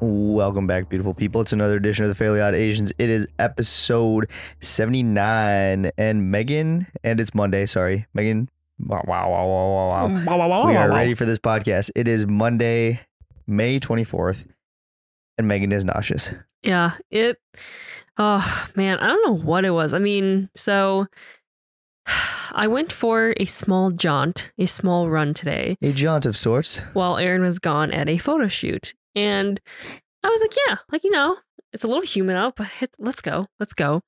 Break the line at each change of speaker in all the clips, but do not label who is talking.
Welcome back, beautiful people. It's another edition of the Fairly Odd Asians. It is episode 79. And Megan, and it's Monday, sorry. Megan, wow, wow, wow, wow, wow, Oh, wow. We are ready for this podcast. It is Monday, May 24th, and Megan is nauseous.
Yeah, it. Oh man, I don't know what it was. I mean, so I went for a small jaunt, a small run today,
A jaunt of sorts.
while Aaron was gone at a photo shoot, and I was like, yeah, like you know, it's a little humid out, but hit, let's go, let's go.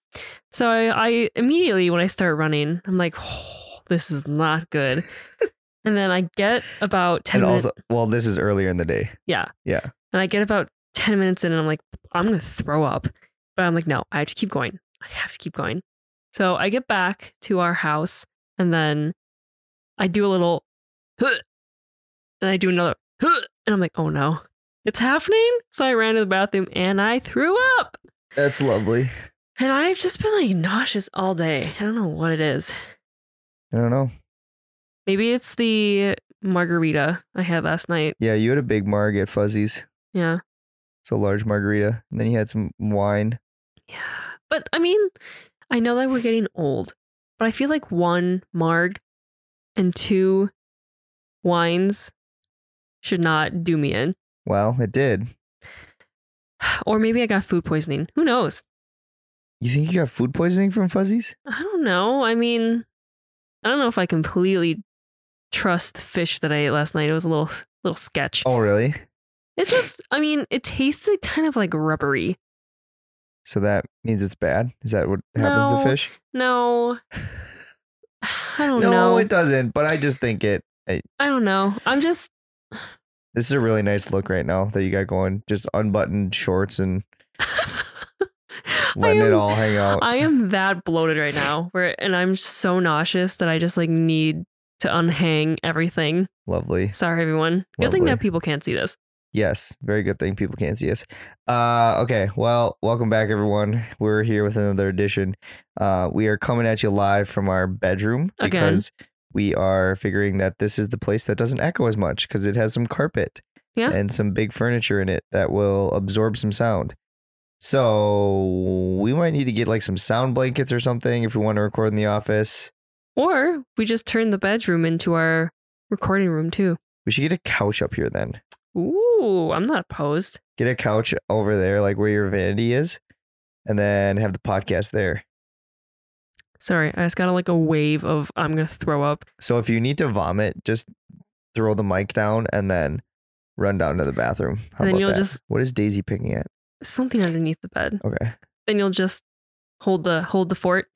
So I, I immediately when I start running, I'm like, oh, this is not good. and then I get about ten
And
minutes.
also, well, this is earlier in the day.
Yeah.
Yeah.
And I get about 10 minutes in and I'm like, I'm going to throw up. But I'm like, no, I have to keep going. I have to keep going. So I get back to our house and then I do a little, "Huh," and I do another, "Huh," and I'm like, oh no, it's happening. So I ran to the bathroom and I threw up.
That's lovely.
And I've just been like nauseous all day. I don't know what it is.
I don't know.
Maybe it's the margarita I had last night.
Yeah, you had a big marg at Fuzzy's.
Yeah.
It's a large margarita. And then you had some wine.
Yeah. But I mean, I know that we're getting old, but I feel like one marg and two wines should not do me in.
Well, it did.
Or maybe I got food poisoning. Who knows?
You think you got food poisoning from Fuzzy's?
I don't know. I mean, I don't know if I completely trust the fish that I ate last night. It was a little little sketch.
Oh, really?
It's just I mean, it tasted kind of like rubbery.
So that means it's bad? Is that what happens
No, Oh,
to fish?
No. I don't
no,
know.
it doesn't, but I just think it.
I don't know. I'm just
This is a really nice look right now that you got going. Just unbuttoned shorts and letting
I
it
am-
all hang out.
I am that bloated right now, where and I'm so nauseous that I just like need to unhang everything.
Lovely.
Sorry, everyone. Good thing
Lovely.
that people can't see this.
Yes, very good thing people can't see us. Uh, okay, well, welcome back, everyone. We're here with another edition. Uh, we are coming at you live from our bedroom
Again.
because we are figuring that this is the place that doesn't echo as much because it has some carpet
Yeah.
and some big furniture in it that will absorb some sound. So we might need to get like some sound blankets or something if we want to record in the office.
Or we just turn the bedroom into our recording room too.
We should get a couch up here then.
Ooh, I'm not opposed.
get a couch over there, like where your vanity is, and then have the podcast there.
Sorry, I just got like a wave of I'm gonna throw up.
So if you need to vomit, just throw the mic down and then run down to the bathroom. How
And then
about
you'll
that?
just-
What is Daisy picking at?
Something underneath the bed.
Okay.
Then you'll just hold the hold the fort.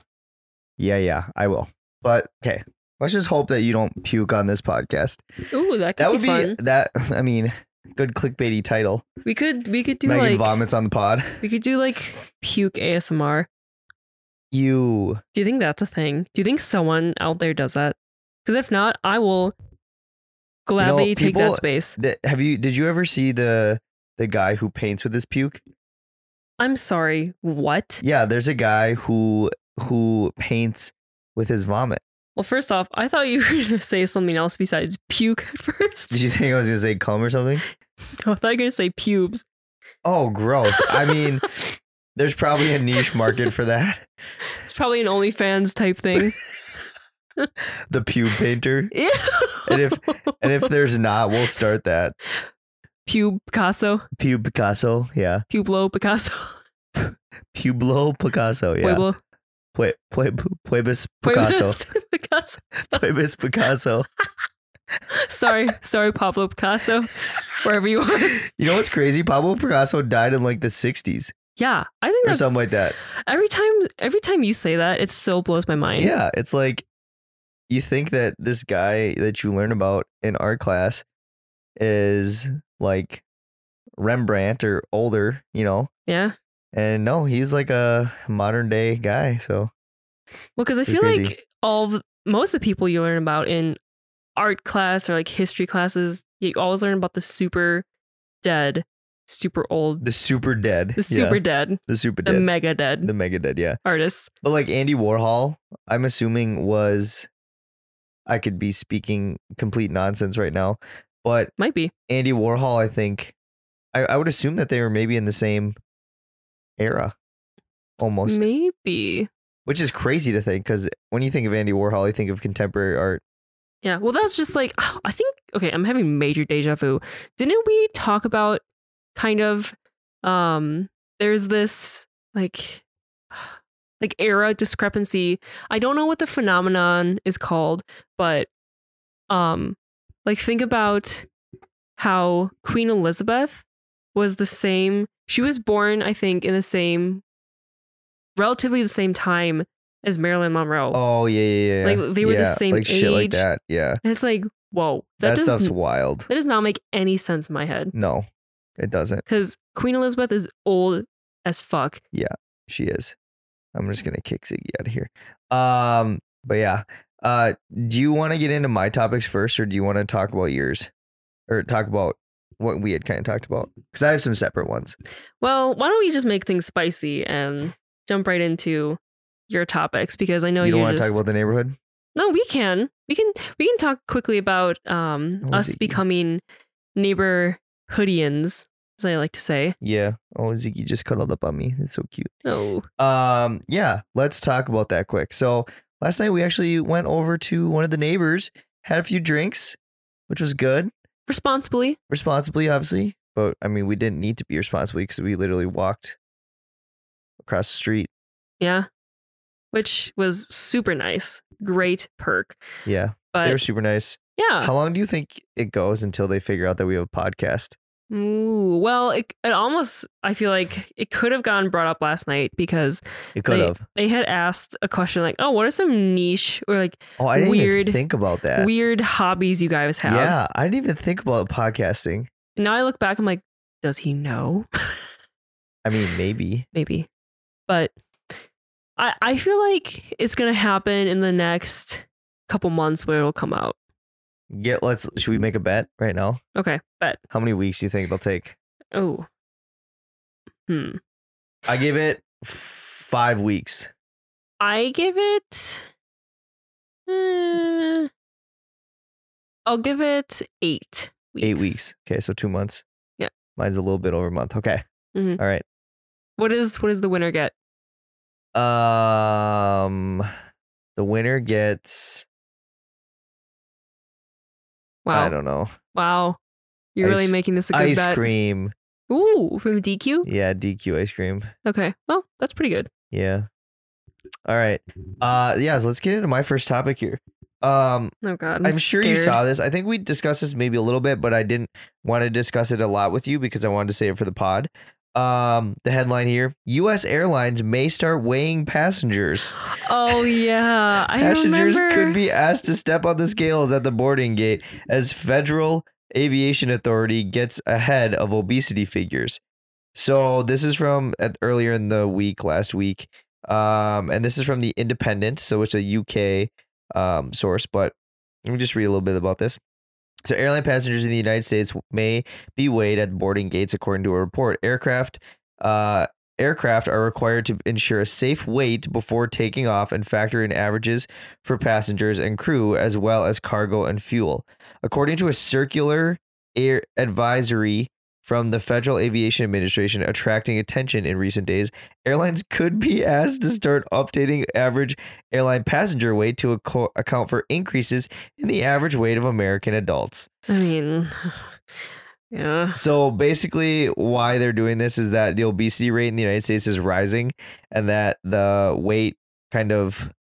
Yeah, yeah, I will. But okay, let's just hope that you don't puke on this podcast.
Ooh, that could
That would
be,
be
fun.
that. I mean, good clickbaity title.
we could we could do
Megan
like
vomits on the pod.
we could do like puke ASMR.
You.
Do you think that's a thing? Do you think someone out there does that? Because if not, I will gladly take
people-
that space.
That, have you? Did you ever see the the guy who paints with his puke?
I'm sorry. What?
Yeah, there's a guy who who paints with his vomit.
Well, first off, I thought you were going to say something else besides puke at first.
Did you think I was gonna say cum or something?
No, I thought you were going to say pubes.
Oh, gross. I mean, there's probably a niche market for that.
It's probably an OnlyFans type thing.
The pube painter.
Ew.
And if- And if there's not, we'll start that.
pube Picasso,
Pube Picasso. Yeah.
publo Picasso,
Publo Picasso. Yeah.
pueblo,
Pue, pue, puebus Picasso.
Pueblos Picasso.
Puebus Picasso.
Sorry, sorry, Pablo Picasso, wherever you are.
You know what's crazy? Pablo Picasso died in like the 60s
Yeah, I think
or
that's
something like that.
every time. Every time you say that, it still blows my mind.
Yeah, it's like you think that this guy that you learn about in art class is like Rembrandt or older, you know,
Yeah.
and no, he's like a modern day guy. So
Well, because I
Pretty
feel
crazy.
like all the, most of the people you learn about in art class or like history classes, you always learn about the super dead, super old,
the super dead,
the super
yeah,
dead,
the super
the
dead,
mega dead
the mega dead, yeah.
artists.
But like Andy Warhol, I'm assuming was, I could be speaking complete nonsense right now, but
Might be.
Andy Warhol, I think, I, I would assume that they were maybe in the same era, almost,
Maybe.
which is crazy to think because when you think of Andy Warhol, you think of contemporary art.
Yeah. Well, that's just like, I think, okay, I'm having major deja vu. Didn't we talk about kind of, um, there's this like, like era discrepancy. I don't know what the phenomenon is called, but, um, like think about how Queen Elizabeth was the same. She was born, I think, in the same, relatively the same time as Marilyn Monroe.
Oh yeah, yeah, yeah.
Like, they were the
Yeah,
same
like shit like
age.
that. Yeah,
And it's like, whoa, that,
that,
does
stuff's wild.
that does not make any sense in my head.
No, it doesn't.
Because Queen Elizabeth is old as fuck.
She is. I'm just gonna kick Ziggy out of here. Um, but yeah. Uh, do you want to get into my topics first, or do you want to talk about yours, or talk about what we had kind of talked about? Because I have some separate ones.
Well, why don't we just make things spicy and jump right into your topics? Because I know
you
you
don't
are
want to
just
talk about the neighborhood?
no. We can we can we can talk quickly about um
Oh,
us
Ziggy.
becoming neighborhoodians, as I like to say.
Yeah. Oh, Ziggy just cuddled up on me. It's so cute.
No,
Um, yeah, let's talk about that quick. So last night we actually went over to one of the neighbors, had a few drinks, which was good.
responsibly.
Responsibly, obviously. But I mean we didn't need to be responsibly because we literally walked across the street.
Yeah, which was super nice. Great perk,
Yeah.
but uh
They were super nice.
yeah.
How long do you think it goes until they figure out that we have a podcast?
Ooh, well, it, it almost, I feel like it could have gotten brought up last night because
It could
They-
have.
they had asked a question like, oh, what are some niche or like
Oh, I didn't
weird-
even think about that.
weird hobbies you guys have?
yeah, I didn't even think about podcasting.
And now I look back, I'm like, does he know?
I mean, maybe.
Maybe. But I, I feel like it's going to happen in the next couple months where it'll come out.
Get let's should we make a bet right now?
Okay. But,
How many weeks do you think it'll take?
oh, hmm.
I give it f- five weeks.
I give it, uh, I'll give it eight weeks.
Eight weeks. Okay, so two months.
Yeah.
Mine's a little bit over a month. Okay.
Mhm.
All right.
What is what does the winner get?
Um the winner gets I
Wow.
don't know.
Wow. You're really
Ice-
making this a good
Ice
bet.
cream.
Ooh, from DQ?
Yeah, DQ ice cream.
Okay. Well, that's pretty good.
Yeah. All right. Uh yeah, so let's get into my first topic here. Um
Oh god. I'm,
I'm sure you
scared.
saw this. I think we discussed this maybe a little bit, but I didn't want to discuss it a lot with you because I wanted to save it for the pod. Um, the headline here: U.S. airlines may start weighing passengers.
Oh yeah. I
passengers
remember.
could be asked to step on the scales at the boarding gate as federal aviation authority gets ahead of obesity figures. So this is from at, earlier in the week, last week, um, and this is from the Independent, so it's a UK um, source. But let me just read a little bit about this. So, airline passengers in the United States may be weighed at boarding gates, according to a report. Aircraft, uh, aircraft are required to ensure a safe weight before taking off and factor in averages for passengers and crew, as well as cargo and fuel, according to a circular air advisory from the Federal Aviation Administration, attracting attention in recent days. Airlines could be asked to start updating average airline passenger weight to acco- account for increases in the average weight of American adults.
I mean Yeah.
So basically, why they're doing this is that the obesity rate in the United States is rising, and that the weight kind of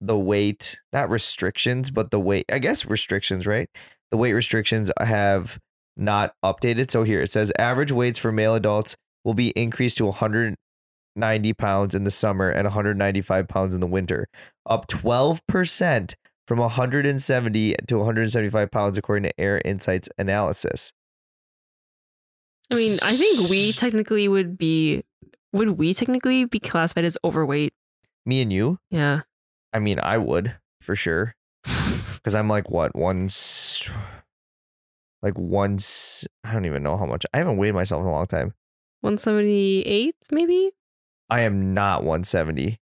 the weight not restrictions, but the weight I guess restrictions, right? The weight restrictions have not updated. So here it says average weights for male adults will be increased to 190 pounds in the summer and 195 pounds in the winter, up 12 percent from 170 to 175 pounds according to Air Insights analysis.
I mean, I think we technically would be would we technically be classified as overweight?
me and you
Yeah.
i mean i would for sure because i'm like what once like once i don't even know how much i haven't weighed myself in a long time
One seventy eight, maybe?
i am not 170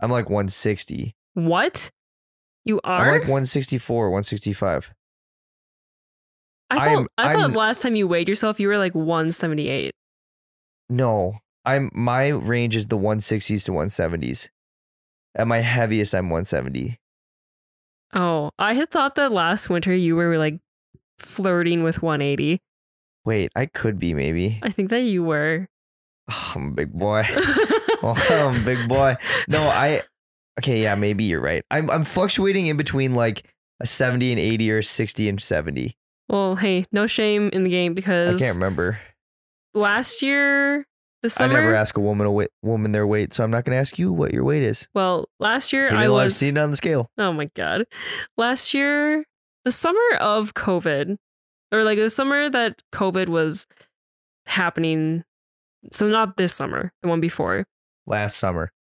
i'm like 160
What? You
i'm
are?
like 164 165
I thought
I'm-
I thought
I'm-
last time you weighed yourself, you were like 178.
No, I'm my range is the 160s to 170s. At my heaviest, I'm 170.
Oh, I had thought that last winter you were like flirting with 180.
Wait, I could be maybe.
I think that you were.
Oh, I'm a big boy. Oh, I'm a big boy. No, I. Okay, yeah, maybe you're right. I'm I'm fluctuating in between like a 70 and 80 or 60 and 70.
Well, hey, no shame in the game
I
because
can't remember.
last year,
I
the summer.
never ask a woman a weight, woman their weight, so I'm not gonna ask you what your weight is.
well, last year
Even
I
though I've
was.
seen it on the scale.
Oh my god, last year, the summer of COVID, or like the summer that COVID was happening. So not this summer, the one before.
Last summer,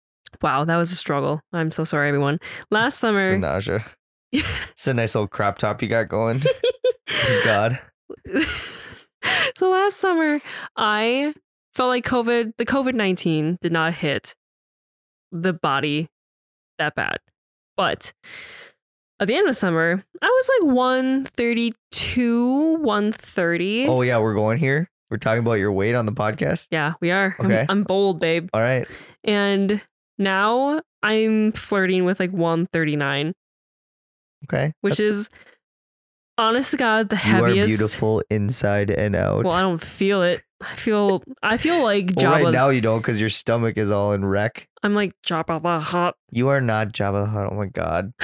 Wow, that was a struggle. I'm so sorry, everyone. Last
it's the
summer,
nausea. it's a nice little crop top you got going. God,
so last summer, I felt like COVID, the COVID 19 did not hit the body that bad. But at the end of summer, I was like 132, 130.
Oh yeah, we're going here. We're talking about your weight on the podcast.
Yeah, we are. I'm-
Okay.
I'm, bold, babe.
All right.
And now I'm flirting with like 139,
Okay.
which
That's-
is honest to God, the
you are
heaviest.
beautiful inside and out.
Well, I don't feel it. I feel I feel like
Well,
Jabba.
right now you don't because your stomach is all in wreck.
I'm like "Ah, Jabba the Hutt.
You are not Jabba the Hutt. Oh my god.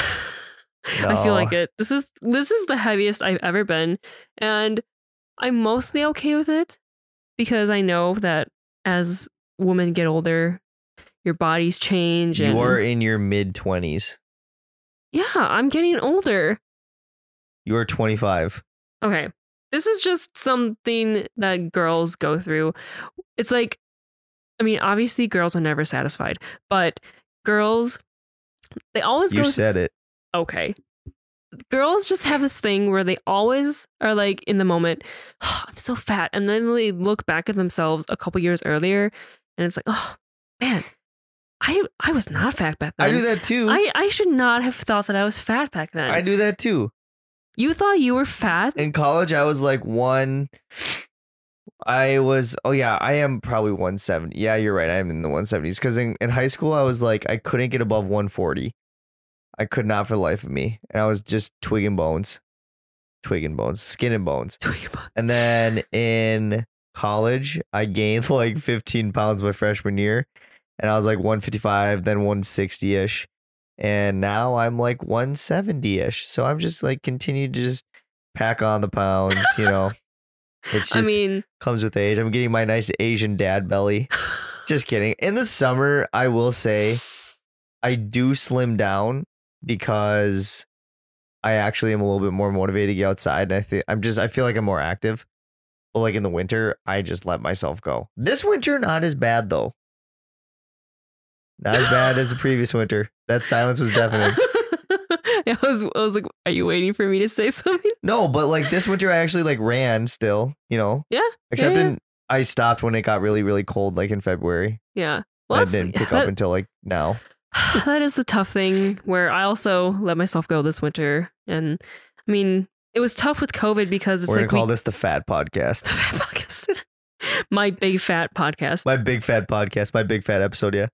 I
No.
feel like it. This is this is the heaviest I've ever been, and I'm mostly okay with it because I know that as women get older, your bodies change. And
You are in your mid twenties.
yeah, I'm getting older.
You are 25.
Okay, this is just something that girls go through. It's like, I mean, obviously girls are never satisfied, but girls, they always
You
go
said it.
okay. Girls just have this thing where they always are like in the moment, "Oh, I'm so fat. And then they look back at themselves a couple years earlier and it's like, oh man, I I was not fat back then.
I do that too. I,
I, I should not have thought that I was fat back then.
do that too.
you thought you were fat?
In college, I was like one. I was oh yeah, I am probably 170. Yeah, you're right. I am in the 170s. Because in, in high school, I was like I couldn't get above 140. I could not for the life of me, and I was just twig and bones, twig and bones, skin and bones. And then in college, I gained like 15 pounds my freshman year. And I was like 155, then 160 ish. And now I'm like 170 ish. So I'm just like continue to just pack on the pounds, you know. It just
I mean,
comes with age. I'm getting my nice Asian dad belly. Just kidding. In the summer, I will say I do slim down because I actually am a little bit more motivated to get outside. And I think I'm just, I feel like I'm more active. But like in the winter, I just let myself go. This winter, not as bad though. Not as bad as the previous winter. That silence was deafening.
I was I was like, are you waiting for me to say something?
No, but like this winter, I actually like ran still, you know?
Yeah,
Except
yeah.
in, I stopped when it got really, really cold, like in February.
Yeah.
I
that's-
didn't pick
that-
up until like now.
that is the tough thing where I also let myself go this winter. And I mean, it was tough with COVID because it's
We're gonna
like
call
we-
this the fat podcast.
podcast. my big fat podcast.
My big fat podcast, my big fat episode, yeah.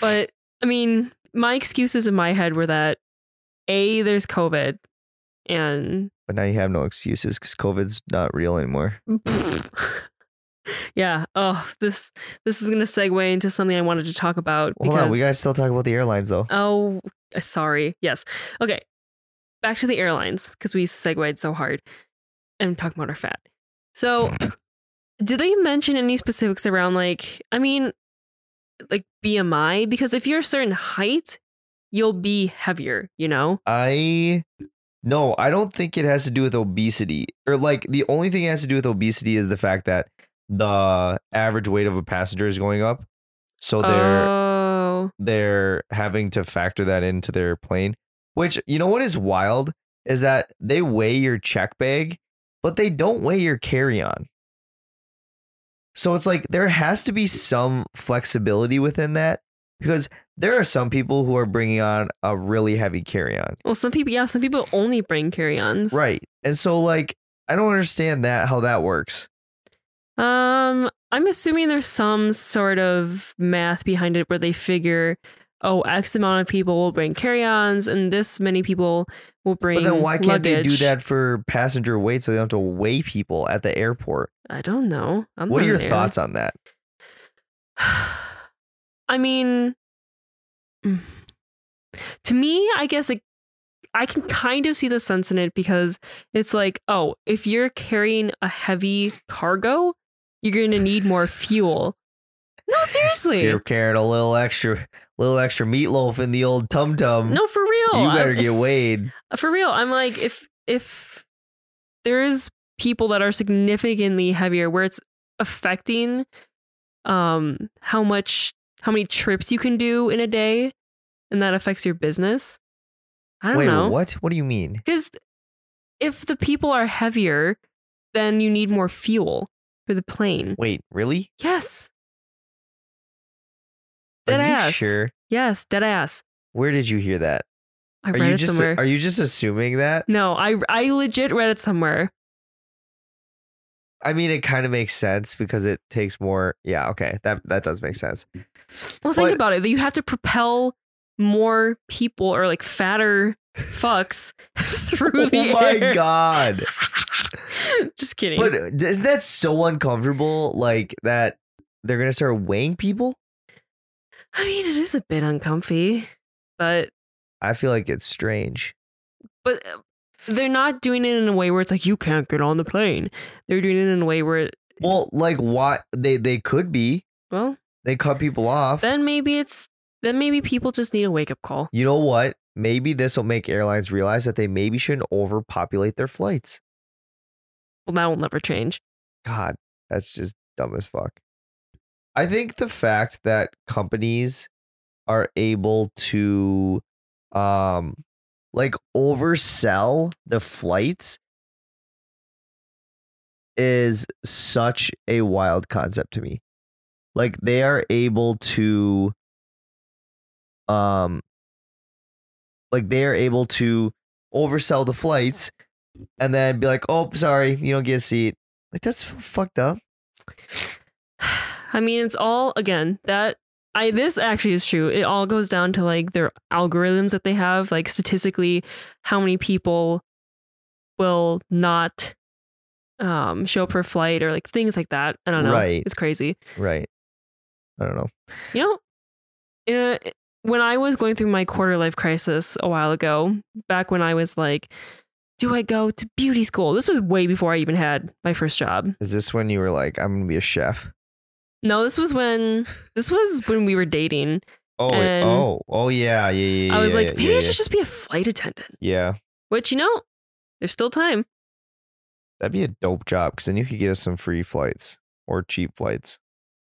But I mean, my excuses in my head were that A, there's COVID and
But now you have no excuses because COVID's not real anymore.
yeah, oh, this this is gonna segue into something I wanted to talk about.
Hold on, we
because-
gotta still talk about the airlines though.
Oh, sorry. Yes. Okay. Back to the airlines because we segued so hard and talking about our fat. So, did they mention any specifics around like, I mean, like BMI? Because if you're a certain height, you'll be heavier, you know?
I no, I don't think it has to do with obesity. Or like the only thing it has to do with obesity is the fact that the average weight of a passenger is going up. So they're
Oh,
they're having to factor that into their plane. Which you know what is wild is that they weigh your check bag, but they don't weigh your carry-on. So it's like there has to be some flexibility within that because there are some people who are bringing on a really heavy carry-on.
well, some people, yeah, some people only bring carry ons.
Right. And so like I don't understand that how that works.
Um, I'm assuming there's some sort of math behind it where they figure, oh, X amount of people will bring carry-ons, and this many people will bring.
But then why can't they do
luggage.
that for passenger weight so they don't have to weigh people at the airport?
I don't know. I'm
what
not
are your
an air-
thoughts on that?
I mean, mm. to me, I guess like I can kind of see the sense in it because it's like, oh, if you're carrying a heavy cargo, you're going to need more fuel. No,
If
seriously.
you're carrying a little extra, little extra meatloaf in the old tum tum.
No, for real.
you better
I'm-
get weighed.
for real. I'm like, if if there is people that are significantly heavier, where it's affecting um how much how many trips you can do in a day, and that affects your business. I don't
Wait,
know.
what? What do you mean?
Because if the people are heavier, then you need more fuel for the plane.
Wait, really?
Yes.
Are
Dead
you
ass.
sure?
Yes, dead ass.
Where did you hear that?
I
Are
read
you
it
just
somewhere. Mm.
are you just assuming that?
no, I I legit read it somewhere.
I mean, it kind of makes sense because it takes more. Yeah, okay, that that does make sense.
Well, think
But-
about it. that You have to propel more people or like fatter fucks through the
oh my
air.
god!
Just kidding.
But uh, isn't that so uncomfortable? Like that they're gonna start weighing people.
I mean, it is a bit uncomfy, but
I feel like it's strange.
but uh, they're not doing it in a way where it's like you can't get on the plane. They're doing it in a way where
Well, like what they they could be.
well,
They cut people off.
then maybe it's then maybe people just need a wake up call.
you know what? Maybe this will make airlines realize that they maybe shouldn't overpopulate their flights.
Well, that will never change.
God, that's just dumb as fuck. I think the fact that companies are able to um like oversell the flights is such a wild concept to me. Like they are able to um like they are able to oversell the flights and then be like, "Oh, sorry, you don't get a seat." Like that's f- fucked up.
I mean, it's all again that I this actually is true. It all goes down to like their algorithms that they have, like statistically, how many people will not um show up for flight or like things like that. I don't know.
Right.
It's crazy.
Right. I don't know.
You know, in a, when I was going through my quarter life crisis a while ago, back when I was like, do I go to beauty school? This was way before I even had my first job.
Is this when you were like, I'm gonna be a chef?
No, this was when this was when we were dating.
Oh, wait.
And
oh, oh yeah, yeah, yeah.
I
yeah,
was like,
yeah,
maybe
yeah,
I
yeah.
should just be a flight attendant.
Yeah,
Which you know, there's still time.
that'd be a dope job because then you could get us some free flights or cheap flights.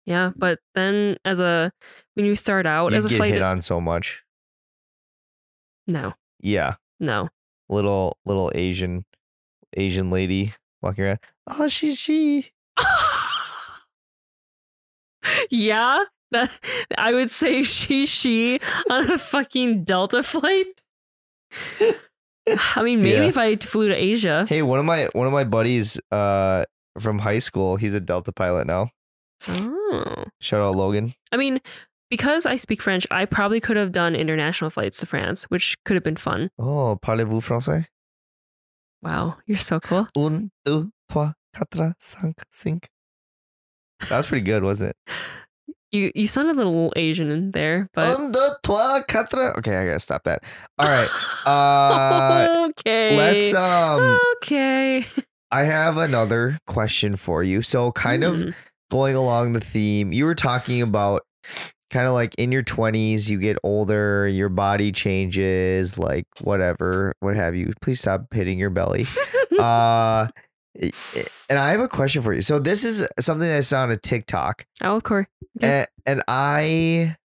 Yeah, but then as a when you start out
You'd
as Oh, a
get
flight,
hit on so much.
no,
Yeah,
no,
little little Asian Asian lady walking around. Oh, she's she.
yeah. That I would say she she on a fucking Delta flight. I mean, maybe
Yeah.
if I flew to Asia,
Hey, one of my one of my buddies uh from high school. He's a Delta pilot now.
oh.
Shout out Logan.
I mean, because I speak French, I probably could have done international flights to France, which could have been fun.
Oh, parlez-vous français?
Wow, you're so cool.
Un, deux, trois, quatre, cinq, cinq. That was pretty good, wasn't it?
You you sounded a little Asian in there, but
Un, deux, trois, quatre. Okay, I gotta stop that. Um, All right. Uh,
okay.
let's. Um,
okay.
I have another question for you. So, kind of
Mm.
going along the theme, you were talking about kind of like in your 20s, you get older, your body changes, like whatever, what have you. Please stop hitting your belly. uh, and I have a question for you. So, this is something that I saw on a TikTok.
Oh, of course. Okay.
and, and I,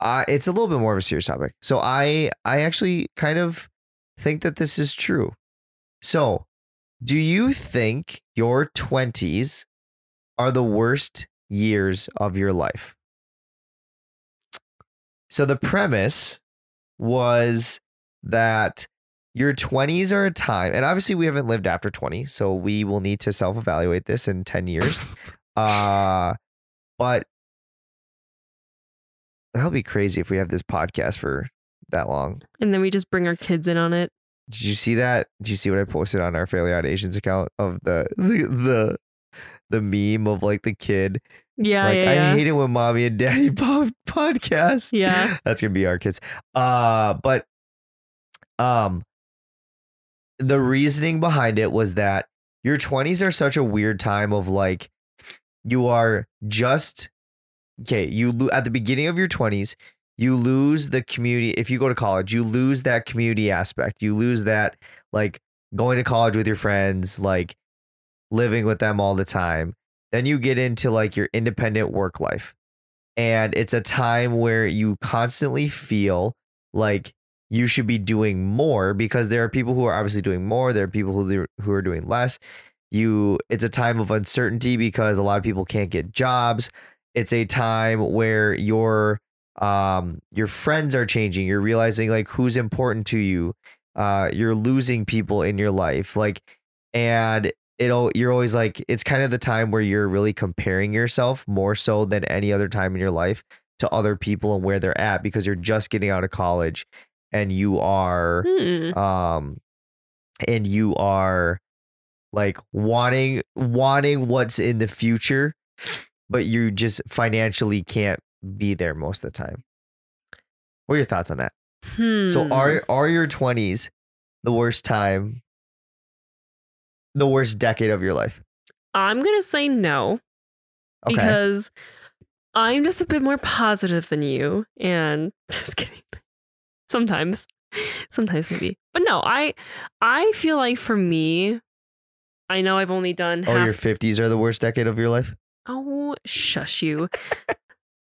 I, it's a little bit more of a serious topic. So I, I actually kind of think that this is true. So, do you think your twenties are the worst years of your life? So the premise was that your 20s are a time, and obviously we haven't lived after 20, so we will need to self evaluate this in 10 years. uh, but that'll be crazy if we have this podcast for that long.
And then we just bring our kids in on it.
Did you see that? Did you see what I posted on our Fairly Odd Asians account of the the the, the meme of like the kid
Yeah,
like,
yeah,
I
yeah.
hate it when mommy and daddy pop podcast.
Yeah.
That's gonna be our kids. Uh but um the reasoning behind it was that your 20s are such a weird time of like you are just okay, you lo- at the beginning of your 20s, you lose the community. If you go to college, you lose that community aspect. You lose that like going to college with your friends, like living with them all the time then you get into like your independent work life and it's a time where you constantly feel like you should be doing more because there are people who are obviously doing more there are people who do- who are doing less you it's a time of uncertainty because a lot of people can't get jobs it's a time where your um your friends are changing you're realizing like who's important to you uh you're losing people in your life like and it'll you're always like it's kind of the time where you're really comparing yourself more so than any other time in your life to other people and where they're at because you're just getting out of college and you are
Mm.
um and you are like wanting wanting what's in the future but you just financially can't be there most of the time what are your thoughts on that so
Hmm.
are are your 20s the worst time the worst decade of your life
I'm gonna say no
okay
because I'm just a bit more positive than you. And just kidding. Sometimes, sometimes maybe, but no. I I feel like for me, I know I've only done
oh
half
your 50s are the worst decade of your life
Oh, shush you. but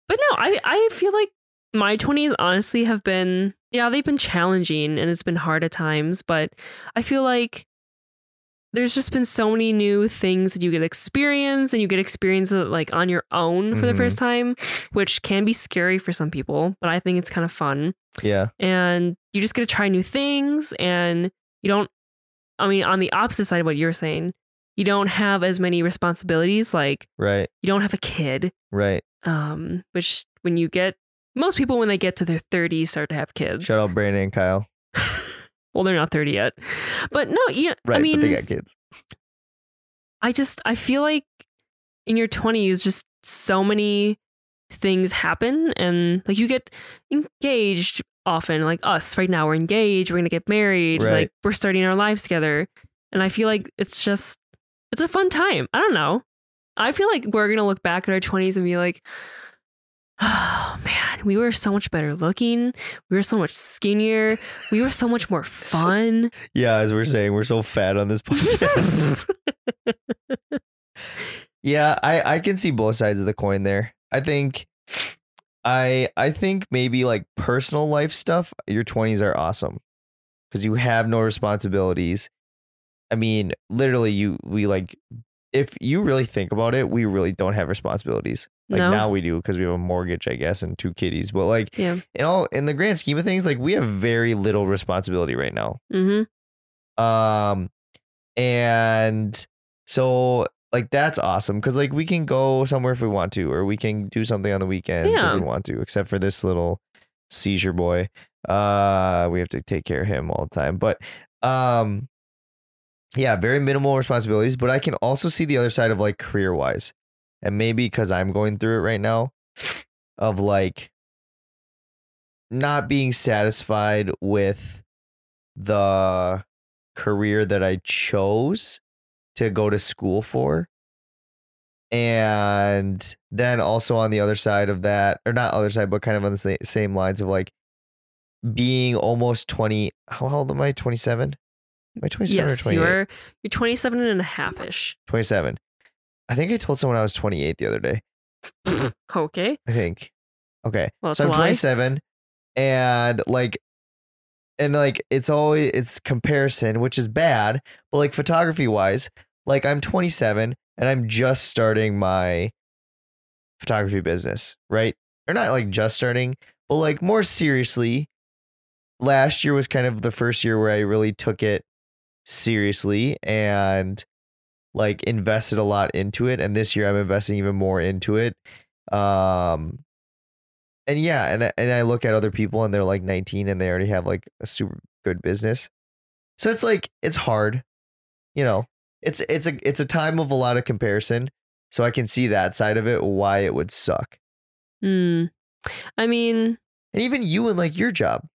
no, I, I feel like my 20s honestly have been, yeah, they've been challenging and it's been hard at times, but I feel like there's just been so many new things that you get experience and you get experience uh, like on your own for the
Mhm.
first time, which can be scary for some people, but I think it's kind of fun
yeah
and you just get to try new things and you don't i mean on the opposite side of what you're saying you don't have as many responsibilities like
right
you don't have a kid
right
um which when you get most people when they get to their 30s start to have kids
shout out brandon and kyle
well they're not 30 yet but no you
right
i mean
but they got kids
I just I feel like in your 20s just so many things happen and like you get engaged often like us right now we're engaged we're going to get married
Right.
like we're starting our lives together and I feel like it's just it's a fun time I don't know I feel like we're going to look back at our 20s and be like oh man we were so much better looking we were so much skinnier we were so much more fun
yeah as we're saying we're so fat on this podcast Yeah, I I can see both sides of the coin there. I think I I think maybe like personal life stuff, your 20s are awesome cuz you have no responsibilities. I mean, literally you we like if you really think about it, we really don't have responsibilities. Like
No.
now we do because we have a mortgage, I guess, and two kitties. But like
Yeah.
in all in the grand scheme of things, like we have very little responsibility right now.
mhm
Um, and so like that's awesome because like we can go somewhere if we want to, or we can do something on the weekends
Yeah.
if we want to. Except for this little seizure boy, uh, we have to take care of him all the time. But um, yeah, very minimal responsibilities. But I can also see the other side of like career wise, and maybe because I'm going through it right now, of like not being satisfied with the career that I chose to go to school for. And then also on the other side of that, or not other side, but kind of on the sa- same lines of like being almost 20. How old am I? 27? Am I 27 or
yes,
28?
you're you're 27 and a half ish.
27. I think I told someone I was 28 the other day.
Okay.
I think. Okay.
Well, it's
so I'm
a lie.
27 and like and like it's always it's comparison, which is bad, but like photography wise, like I'm 27 and I'm just starting my photography business, right? Or not like just starting, but like more seriously last year was kind of the first year where I really took it seriously and like invested a lot into it. And this year I'm investing even more into it. Um, and yeah, and I- and I look at other people and they're like 19 and they already have like a super good business. So it's like it's hard, you know. It's it's a it's a time of a lot of comparison. So I can see that side of it, why it would suck.
Mm. I mean,
And even you and like your job,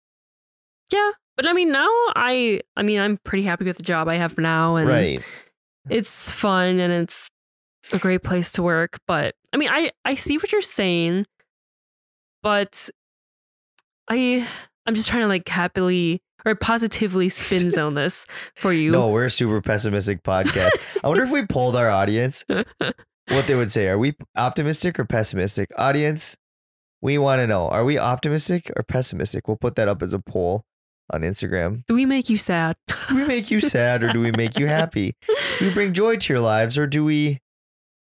yeah, but I mean now I I mean I'm pretty happy with the job I have now and
right?
it's fun and it's a great place to work, but I mean I I see what you're saying, but I I'm just trying to like happily or positively spin zone this for you.
No, we're a super pessimistic podcast. I wonder if we polled our audience, what they would say. Are we optimistic or pessimistic? Audience, we want to know: Are we optimistic or pessimistic? We'll put that up as a poll on Instagram.
Do we make you sad?
Do we make you sad or do we make you happy? Do we bring joy to your lives or do we?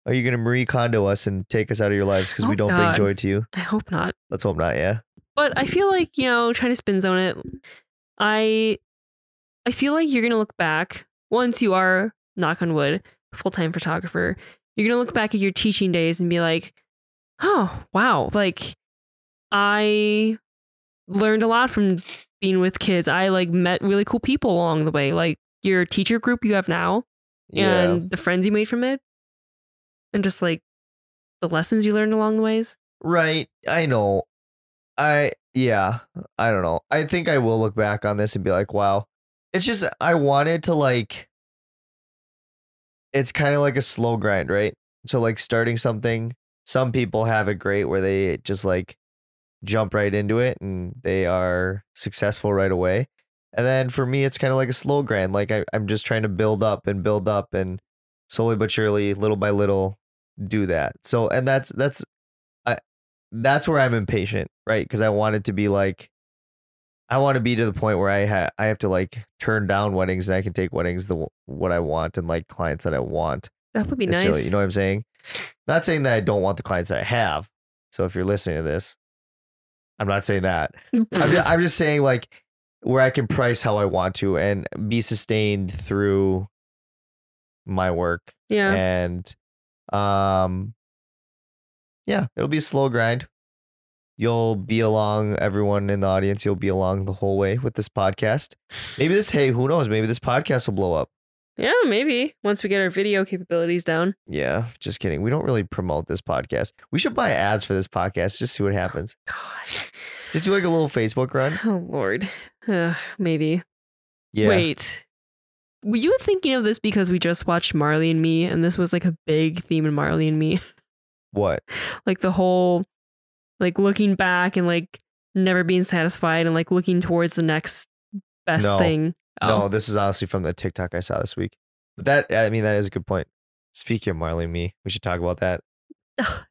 Are you going to Marie Kondo us and take us out of your lives because
Oh,
we don't bring
God.
joy to you?
I hope not.
Let's hope not. Yeah.
but I feel like you know trying to spin zone it. I I feel like you're gonna look back once you are knock on wood full time photographer. You're gonna look back at your teaching days and be like, oh wow, like I learned a lot from being with kids. I like met really cool people along the way. Like your teacher group you have now and the friends you made from it, and just like the lessons you learned along the ways.
Right. I know. I yeah, I don't know. I think I will look back on this and be like, wow. It's just I wanted to like it's kind of like a slow grind, right? So like starting something, some people have it great where they just like jump right into it and they are successful right away. And then for me, it's kind of like a slow grind. Like I, I'm just trying to build up and build up and slowly but surely, little by little, do that. So and that's that's that's where I'm impatient, right? Because I want it to be like, I want to be to the point where I ha- I have to like turn down weddings and I can take weddings the what I want and like clients that I want.
That would be
necessarily,
nice.
You know what I'm saying? Not saying that I don't want the clients that I have. So if you're listening to this, I'm not saying that. I'm just, I'm just saying like where I can price how I want to and be sustained through my work
yeah.
and um yeah it'll be a slow grind you'll be along everyone in the audience you'll be along the whole way with this podcast maybe this hey who knows maybe this podcast will blow up
Yeah, maybe once we get our video capabilities down.
yeah just kidding we don't really promote this podcast we should buy ads for this podcast just see what happens
God.
just do like a little facebook run
Oh Lord. Ugh, maybe.
yeah
Wait. Were you thinking of this because we just watched Marley and Me, and this was like a big theme in Marley and Me,
what
like the whole, like looking back and like never being satisfied and like looking towards the next best
No.
thing. Oh,
no this is honestly from the tiktok i saw this week but that i mean that is a good point speaking of marley and me we should talk about that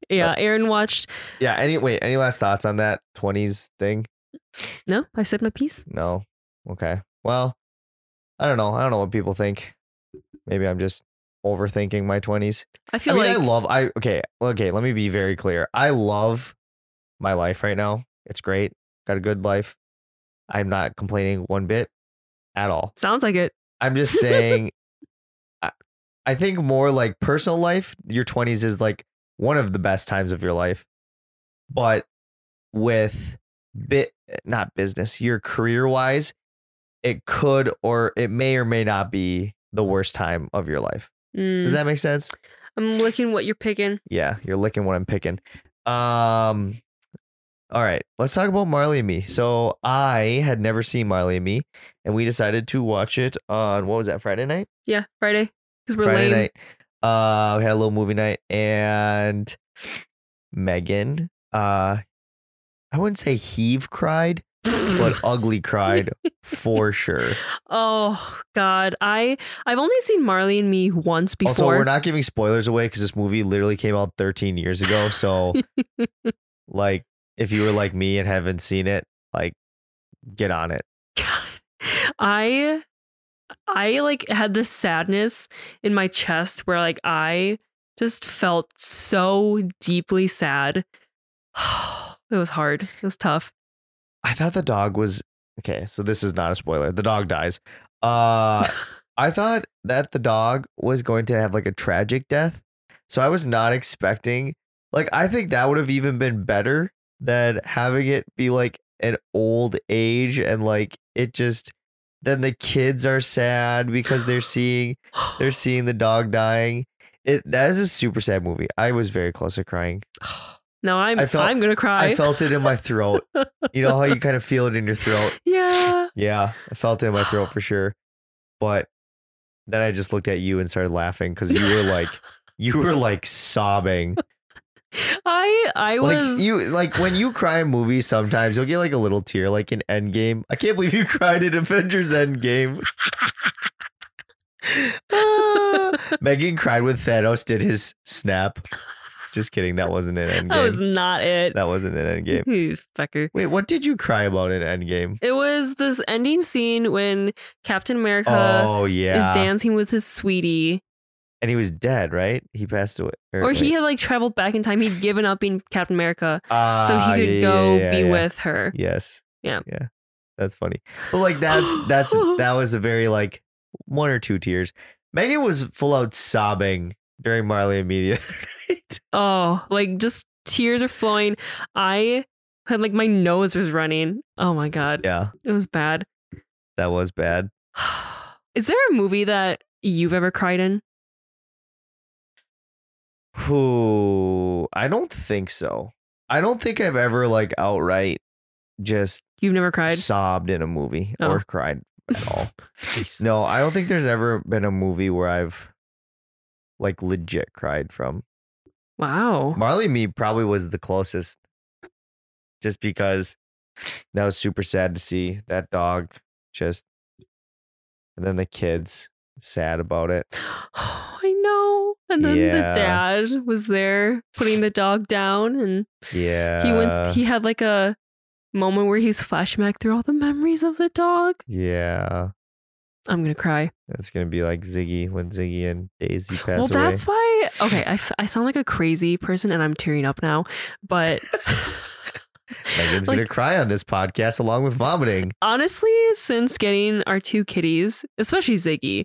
yeah. Aaron watched.
yeah any wait any last thoughts on that 20s thing
No, I said my piece.
No. Okay. Well, I don't know. I don't know what people think. Maybe I'm just overthinking my 20s.
I
I
feel
mean,
like
I love I okay, okay, let me be very clear. I love my life right now. It's great. Got a good life. I'm not complaining one bit at all.
sounds like it.
I'm just saying I, I think more like personal life, your 20s is like one of the best times of your life. But with bit not business, your career wise, it could or it may or may not be the worst time of your life.
Mm.
Does that make sense?
I'm looking what you're picking.
Yeah, you're licking what I'm picking. Um all right, let's talk about Marley and Me. So I had never seen Marley and Me, and we decided to watch it on what was that Friday night?
Yeah, Friday. Because we're
Friday
lame.
night. Uh, we had a little movie night, and Megan, uh, I wouldn't say heave cried, but ugly cried for sure.
Oh God, I I've only seen Marley and Me once before.
Also, we're not giving spoilers away because this movie literally came out 13 years ago. So, like, if you were like me and haven't seen it, like, get on it.
God. I I like had this sadness in my chest where like I just felt so deeply sad. it was hard. It was tough.
I thought the dog was Okay, so this is not a spoiler. The dog dies. Uh I thought that the dog was going to have like a tragic death. So I was not expecting like I think that would have even been better than having it be like an old age and like it just then the kids are sad because they're seeing they're seeing the dog dying. It that is a super sad movie. I was very close to crying.
No, I'm
I felt-
I'm gonna cry.
I felt it in my throat. You know how you kind of feel it in your throat?
yeah.
Yeah, I felt it in my throat for sure. But then I just looked at you and started laughing because you were like, you were like sobbing.
I I
Like
was
you, like when you cry in movies, sometimes you'll get like a little tear, like in Endgame. I can't believe you cried in Avengers Endgame. Ah, Megan cried when Thanos did his snap. Just kidding, that wasn't in Endgame.
that was not it.
that wasn't in Endgame.
You fucker.
Wait, what did you cry about in Endgame?
It was this ending scene when Captain America
oh
Uh, is
yeah,
dancing with his sweetie.
and he was dead, right? He passed away,
Or
wait.
he had like traveled back in time. He'd given up being Captain America so
Ah,
he could
yeah,
go
yeah, yeah,
be
yeah.
with her.
Yes.
Yeah. Oh.
Yeah. That's funny. But like that's that's that was a very like one or two tears. Megan was full out sobbing during Marley and Media. Night.
Oh, like just tears are flowing. I had like my nose was running. Oh my god.
yeah,
It was bad.
that was bad.
Is there a movie that you've ever cried in?
Who I don't think so. I don't think I've ever like outright just
You've never cried?
sobbed in a movie
Oh.
or cried at all. no, I don't think there's ever been a movie where I've like legit cried from.
Wow.
Marley and me probably was the closest, just because that was super sad to see that dog just, and then the kids sad about it.
Oh, I know. And then
Yeah.
the dad was there putting the dog down and
Yeah,
he went he had like a moment where he's flashback through all the memories of the dog.
yeah,
I'm going to cry.
that's gonna be like Ziggy when Ziggy and Daisy pass
well,
away.
that's why okay, I, f- I sound like a crazy person and I'm tearing up now, but
Megan's gonna
like-
cry on this podcast along with vomiting.
honestly, since getting our two kitties, especially Ziggy,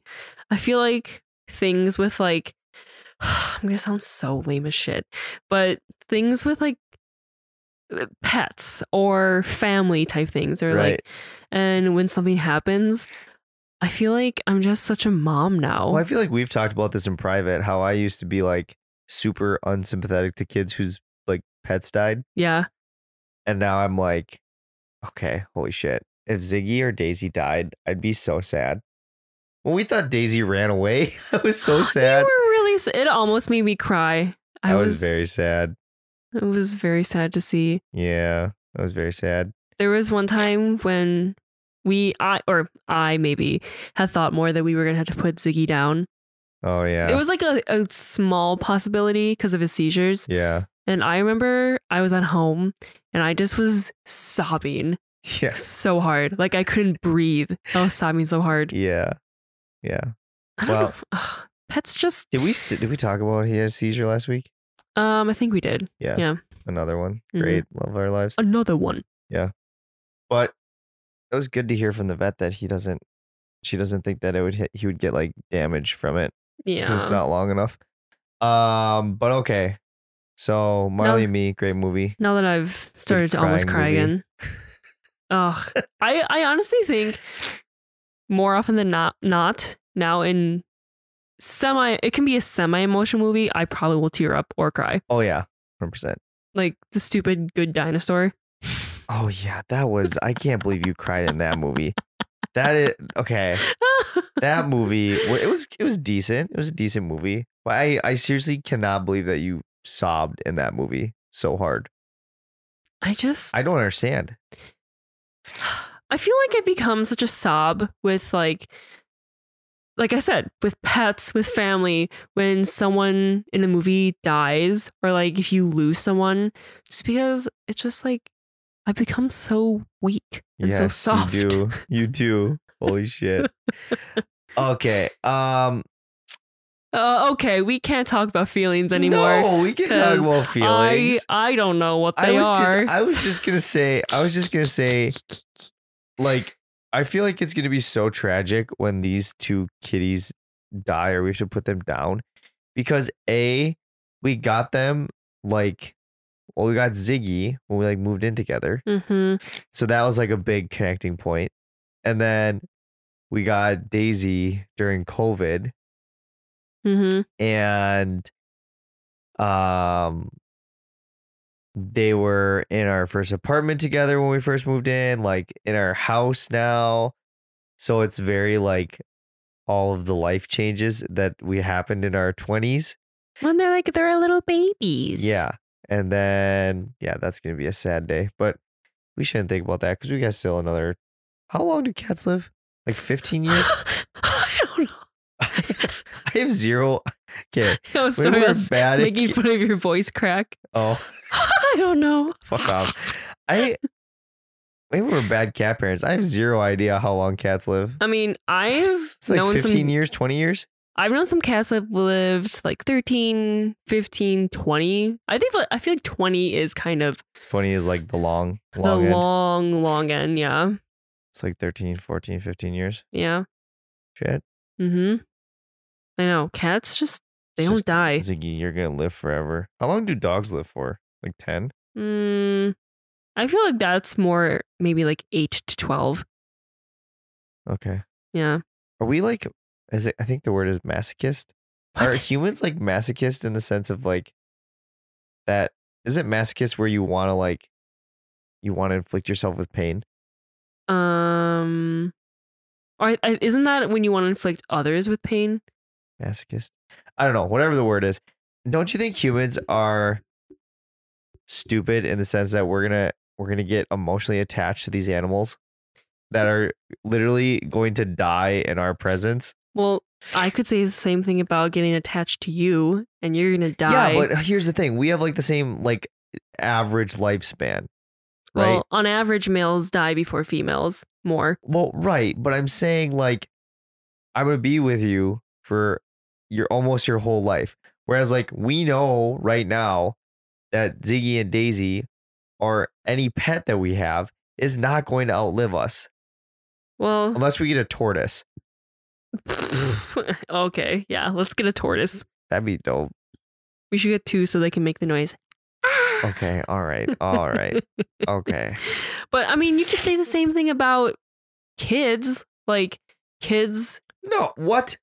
I feel like things with like I'm gonna sound so lame as shit, but things with like uh, pets or family type things or
Right?
like and when something happens, I feel like I'm just such a mom now.
Well, I feel like we've talked about this in private. How I used to be like super unsympathetic to kids whose like pets died.
yeah.
And now I'm like, okay, holy shit. If Ziggy or Daisy died, I'd be so sad. When we thought Daisy ran away, I was so
You
sad.
were really s- it almost made me cry. I,
I was,
was,
very sad.
it was very sad to see.
Yeah, I was very sad.
There was one time when we, I or I maybe had thought more that we were gonna have to put Ziggy down.
Oh yeah,
It was like a, a small possibility because of his seizures.
yeah,
And I remember I was at home and I just was sobbing
yes,
so hard, like I couldn't breathe. I was sobbing so hard.
yeah, yeah.
I don't know
Well-
if- ugh, pets just.
Did we s- did we talk about he had a seizure last week?
Um, I think we did
Yeah,
Yeah.
Another one.
Mhm.
Great, love of our lives.
another one.
But it was good to hear from the vet that he doesn't. She doesn't think that it would hit, he would get like damage from it. because
Yeah.
it's not long enough. Um, but okay. So Marley and Me, great movie.
now that I've started to almost cry
crying movie.
again. Ugh. I, I honestly think more often than not not now in semi it can be a semi emotional movie, I probably will tear up or cry.
Oh yeah, hundred percent.
Like the stupid good dinosaur.
Oh yeah, that was. I can't believe you cried in that movie. That is okay. That movie. wa- It was. It was decent. It was a decent movie. But I. I seriously cannot believe that you sobbed in that movie so hard.
I just
I don't understand.
I feel like I've become such a sob with like like I said, with pets, with family, when someone in the movie dies or like if you lose someone, just because it's just like I've become so weak and so soft.
You do. You do. Holy shit. Okay. Um.
Uh, okay, we can't talk about feelings anymore.
No, we can talk
'cause
about feelings.
I I don't know what
I
they
was
are.
just I was just gonna say I was just gonna say like I feel like it's gonna be so tragic when these two kitties die, or we should put them down, because a we got them like well we got Ziggy when we like moved in together,
hmm
so that was like a big connecting point, and then we got Daisy during COVID,
hmm
and um they were in our first apartment together when we first moved in like in our house now so it's very like all of the life changes that we happened in our 20s
When they're like they're little babies.
yeah and then yeah that's gonna be a sad day but we shouldn't think about that because we got still another how long do cats live like 15 years
I don't know.
i have zero okay
That was
maybe
sorry,
we're
that's
bad at
making
ki-
fun of your voice crack.
oh
I don't know.
Fuck off. I maybe we're bad cat parents. I have zero idea how long cats live.
I mean, I've
It's like
known
15
some
years, 20 years.
I've known some cats that lived like 13, 15, 20. I think like- I feel like 20 is kind of
20 is like the long, long
the
end.
long long end, yeah.
It's like 13, 14, 15 years.
Yeah.
Shit.
Mhm. I know. Cats just they
It's
don't
just-
die.
Ziggy, you're going to live forever. How long do dogs live for? Like 10?
Mm, I feel like that's more maybe like 8 to 12.
Okay.
Yeah.
Are we like, is it, I think the word is masochist. Are
What?
humans like masochist in the sense of like that? Is it masochist where you want to like, you want to inflict yourself with pain?
Um are, I- isn't that when you want to inflict others with pain?
masochist. I don't know, whatever the word is. Don't you think humans are stupid in the sense that we're gonna we're gonna get emotionally attached to these animals that are literally going to die in our presence?
Well, I could say the same thing about getting attached to you and you're going to die.
Yeah, but here's the thing: we have like the same like average lifespan, right?
Well, on average, males die before females more.
Well, right, but I'm saying like I'm gonna be with you for your almost your whole life. Whereas like we know right now that Ziggy and Daisy or any pet that we have is not going to outlive us
Well,
unless we get a tortoise.
okay. Yeah, let's get a tortoise.
That'd be dope.
We should get two so they can make the noise. Ah!
Okay, all right, all right, okay.
But I mean, you could say the same thing about kids. Like kids,
No, what?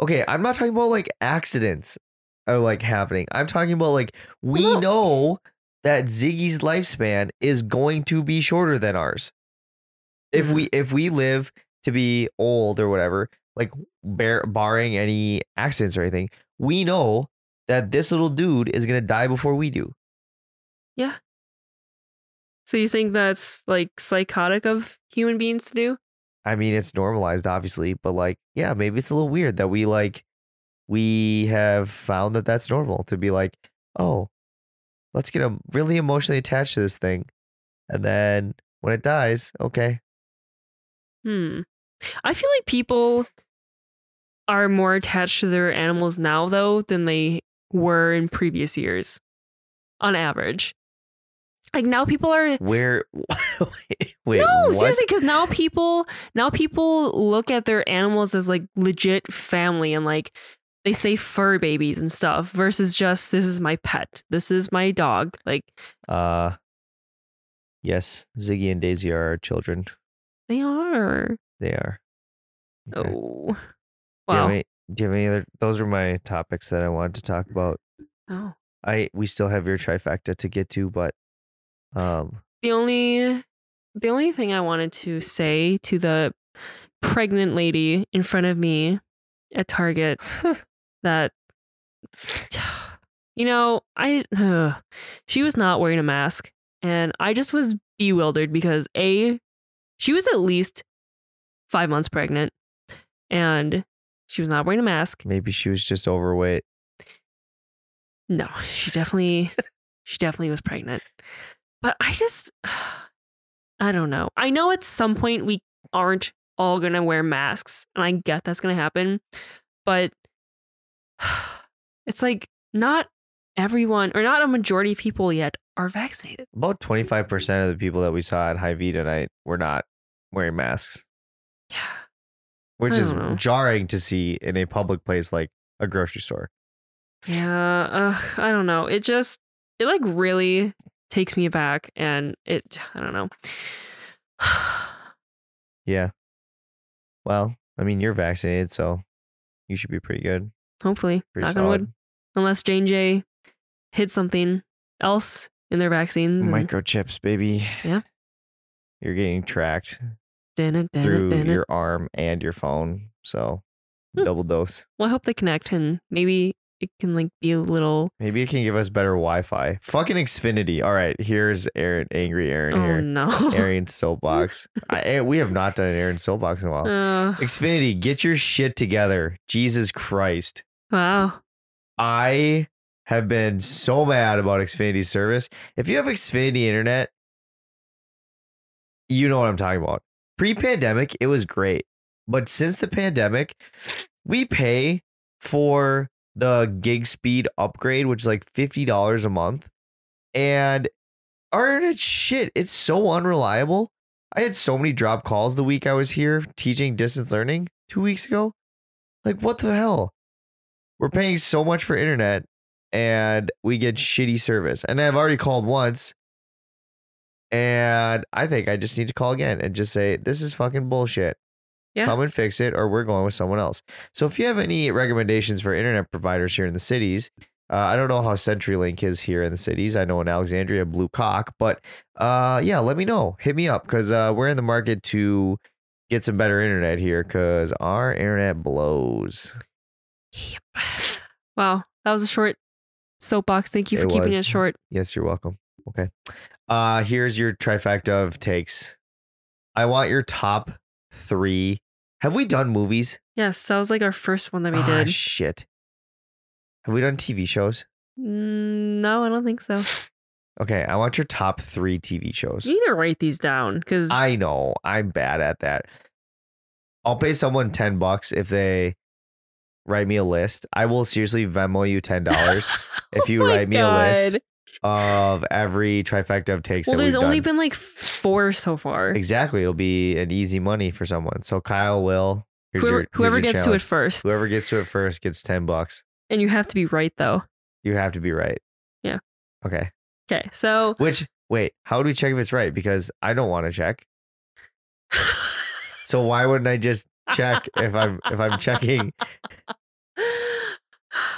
Okay, I'm not talking about like accidents are like happening. I'm talking about like we
Well, no.
know that Ziggy's lifespan is going to be shorter than ours. If we
Mm-hmm.
if we live to be old or whatever, like bar- barring any accidents or anything, we know that this little dude is going to die before we do.
So you think that's like psychotic of human beings to do?
I mean, it's normalized, obviously, but like, yeah, maybe it's a little weird that we like, we have found that that's normal to be like, oh, let's get em- really emotionally attached to this thing. And then when it dies, okay.
Hmm. I feel like people are more attached to their animals now though than they were in previous years on average. Like now people are
Where, wait,
No,
what?
seriously cuz now people now people look at their animals as like legit family and like they say fur babies and stuff versus just this is my pet. This is my dog. Like
Uh, yes, Ziggy and Daisy are our children.
they are.
They are. Okay.
Oh.
Do you, have
Wow.
any, do you have any other? Those are my topics that I wanted to talk about.
Oh.
I we still have your trifecta to get to, but um,
the only the only thing I wanted to say to the pregnant lady in front of me at Target that you know, I she was not wearing a mask and I just was bewildered because a she was at least 5 months pregnant and she was not wearing a mask
maybe she was just overweight.
No, she definitely she definitely was pregnant. But I just I don't know. I know at some point we aren't all going to wear masks and I get that's going to happen, but it's like not everyone or not a majority of people yet are vaccinated.
About twenty five percent of the people that we saw at Hy-Vee tonight were not wearing masks,
Yeah. Hmm.
which
I
is
don't know.
jarring to see in a public place like a grocery store.
Yeah. ugh, I don't know. It just, it like really takes me aback. And it, I don't know.
Yeah. Well, I mean, you're vaccinated, so you should be pretty good.
Hopefully,
Pretty
knock on wood.
solid.
Unless J and J hid something else in their vaccines. and-
Microchips, baby.
Mm-hmm. Yeah.
You're getting tracked
Dun-dun, dun-dun,
through
dun-dun.
your arm and your phone. So
Hmm.
double dose.
Well, I hope they connect and maybe it can like be a little.
Maybe it can give us better Wi Fi. Fucking Xfinity. All right. Here's Aaron, angry Aaron
Oh
here.
no.
Aaron's soapbox. I, eh, we have not done an Aaron soapbox in a while.
Uh,
Xfinity, get your shit together. Jesus Christ.
wow.
I have been so mad about Xfinity service. If you have Xfinity internet, you know what I'm talking about. Pre pandemic, it was great. But since the pandemic, we pay for the gig speed upgrade, which is like $50 a month. And our internet's shit. It's so unreliable. I had so many drop calls the week I was here teaching distance learning two weeks ago. Like, what the hell? we're paying so much for internet and we get shitty service. And I've already called once. And I think I just need to call again and just say, this is fucking bullshit.
Yeah.
Come and fix it, or we're going with someone else. So if you have any recommendations for internet providers here in the cities, uh, I don't know how CenturyLink is here in the cities. I know in Alexandria, Blue Cock, but uh, yeah, let me know. Hit me up because uh, we're in the market to get some better internet here because our internet blows.
Yep. Wow. That was a short soapbox. Thank you for
It
keeping
was.
it short.
Yes, you're welcome. Okay. Uh here's your trifecta of takes. I want your top 3. Have we done movies?
Yes, that was like our first one that we
Ah,
did.
shit. Have we done TV shows?
Mm, no, I don't think so.
Okay, I want your top 3 TV shows.
You need to write these down because
I know, I'm bad at that. I'll pay someone 10 bucks if they write me a list. I will seriously Venmo you $10 if
Oh
you write me a list of every trifecta of takes
Well,
that we've
there's only
done.
been like four so far.
Exactly. It'll be an easy money for someone. So Kyle will. Here's
Whoever,
your-
whoever
here's your
gets
challenge.
to it first,
Whoever gets to it first gets 10 bucks.
and you have to be right though.
You have to be right.
Yeah.
Okay.
Okay, so
Which, wait, how do we check if it's right? Because I don't want to check. So why wouldn't I just check if I'm if I'm checking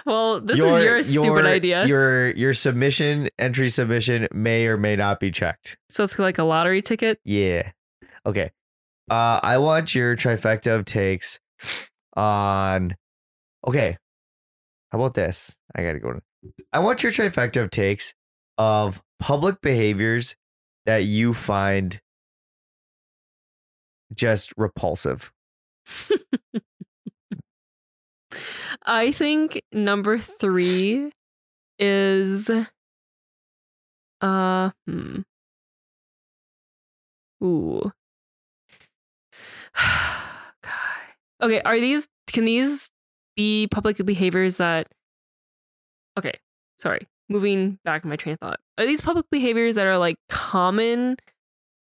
well, this is your stupid idea.
Your your submission, entry submission may or may not be checked.
so it's like a lottery ticket.
Yeah. Okay. Uh, I want your trifecta of takes on. Okay. How about this? I gotta go. I want your trifecta of takes of public behaviors that you find just repulsive.
I think number three is uh hmm. Ooh. God. Okay, are these can these be public behaviors that Okay, sorry. Moving back my train of thought. Are these public behaviors that are like common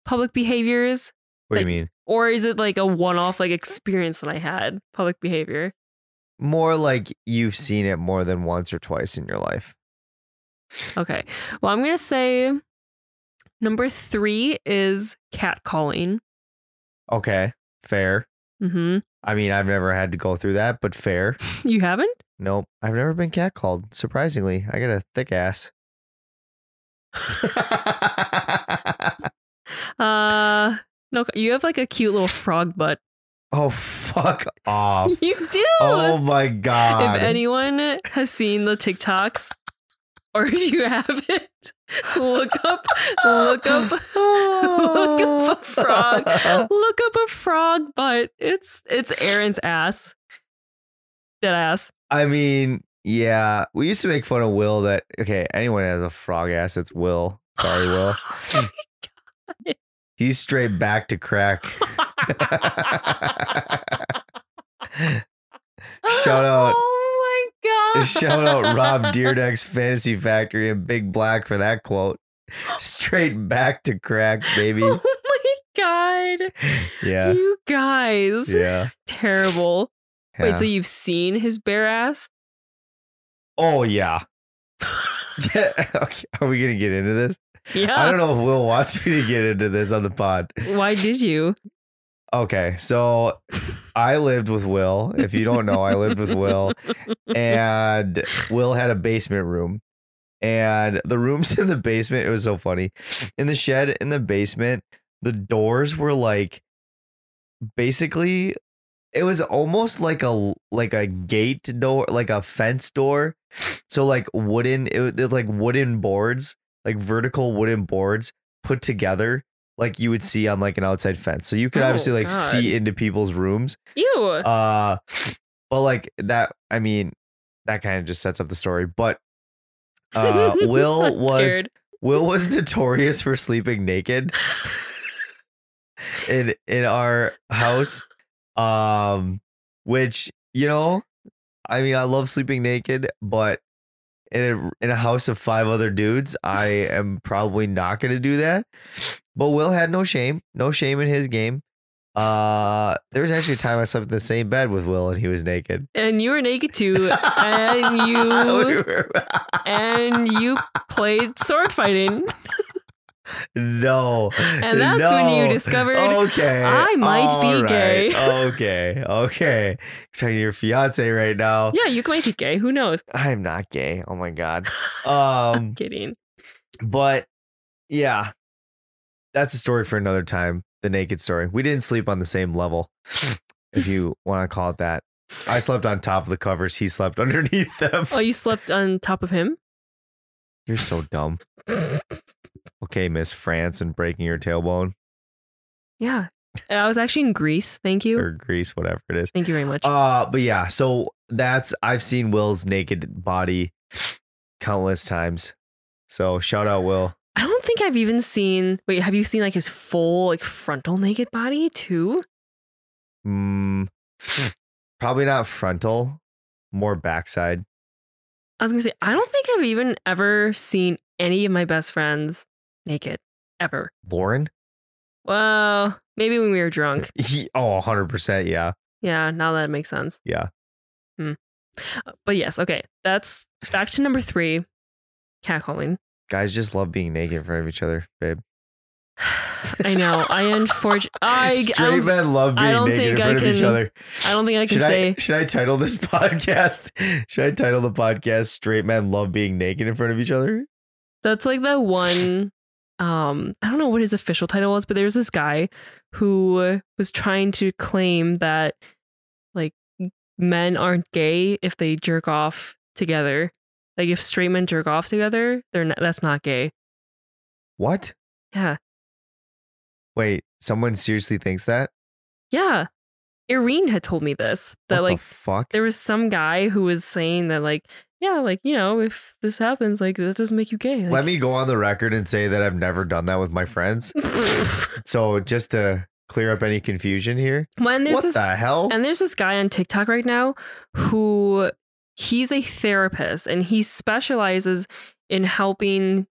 public behaviors
What do you
Like-
mean?
or is it like a one-off like experience that I had public behavior?
More like you've seen it more than once or twice in your life.
Okay. Well, I'm going to say number three is catcalling.
Okay, fair.
Mm-hmm.
I mean, I've never had to go through that, but fair.
You haven't?
Nope, I've never been catcalled. Surprisingly, I got a thick ass.
Uh, no, you have like a cute little frog butt.
oh fuck off!
You do.
Oh my
if
god!
anyone has seen the TikToks, or if you haven't, look up, look up, look up a frog, look up a frog butt. It's it's Aaron's ass, dead ass.
I mean, yeah, we used to make fun of Will. That okay? Anyone has a frog ass? It's Will. Sorry, Will. He's straight back to crack. Shout out-
Oh my god.
Shout out Rob Deerdeck's Fantasy Factory and Big Black for that quote. Straight back to crack, baby.
Oh my god.
Yeah.
You guys.
Yeah.
Terrible. Wait,
yeah.
so you've seen his bare ass?
oh yeah. okay. Are we gonna get into this? I
Yeah.
don't know if Will wants me to get into this on the pod.
Why did you?
Okay, so I lived with Will. If you don't know, I lived with Will, and Will had a basement room, and the rooms in the basement. It was so funny. In the shed in the basement, the doors were like, basically, it was almost like a like a gate door, like a fence door. So like wooden, it was there's like wooden boards, like vertical wooden boards put together. Like you would see on like an outside fence, so you could
Oh,
obviously like
God.
see into people's rooms,
You.
uh, but like that, I mean, that kind of just sets up the story. But uh, Will
I'm
was
scared.
Will was notorious for sleeping naked in in our house, um, which you know, I mean, I love sleeping naked, but in a, in a house of five other dudes, I am probably not going to do that. But Will had no shame, no shame in his game. Uh, there was actually a time I slept in the same bed with Will and he was naked.
And you were naked too. And you-
We were-
and you played sword fighting.
no,
And that's when you
No. Oh.
discovered
Okay.
I might be
all right,
gay.
okay. Okay. I'm talking to your fiance right now.
Yeah, you can make it gay. Who knows?
I'm not gay. Oh my god. Um
Kidding.
but yeah. That's a story for another time. The naked story. We didn't sleep on the same level, if you want to call it that. I slept on top of the covers. He slept underneath them.
Oh, you slept on top of him?
You're so dumb. er Okay, Miss France and breaking your tailbone
Yeah. I was actually in Greece. Thank you.
or grease, whatever it is.
Thank you very much.
Uh, but yeah, so that's I've seen Will's naked body countless times. So shout out Will.
I don't think I've even seen. Wait, have you seen like his full, like frontal naked body too?
Mm, probably not frontal, more backside.
I was gonna say I don't think I've even ever seen any of my best friends naked ever.
Lauren?
Well, maybe when we were drunk.
He, oh, 100%. Yeah.
Yeah, now that makes sense.
Yeah.
Hmm. But yes, okay. That's back to number three, catcalling.
Guys just love being naked in front of each other, babe.
I know. I unfortunately, I, I,
Straight
don't,
men love
I
being
don't
naked in
think I
front of each
can-
other.
I don't think I can
Should I,
say.
should I title this podcast? Should I title the podcast Straight Men Love Being Naked in Front of Each Other?
That's like the one. Um, I don't know what his official title was, but there's this guy who was trying to claim that like men aren't gay if they jerk off together. Like if straight men jerk off together, they're not, that's not gay.
What?
Yeah,
Wait, someone seriously thinks that?
yeah. Irene had told me this
What
that
the
like
fuck?
there was some guy who was saying that like yeah like you know if this happens like that doesn't make you gay.
Let me go on the record and say that I've never done that with my friends. So just to clear up any confusion here,
when there's
what
this
the hell?
And there's this guy on TikTok right now who he's a therapist and he specializes in helping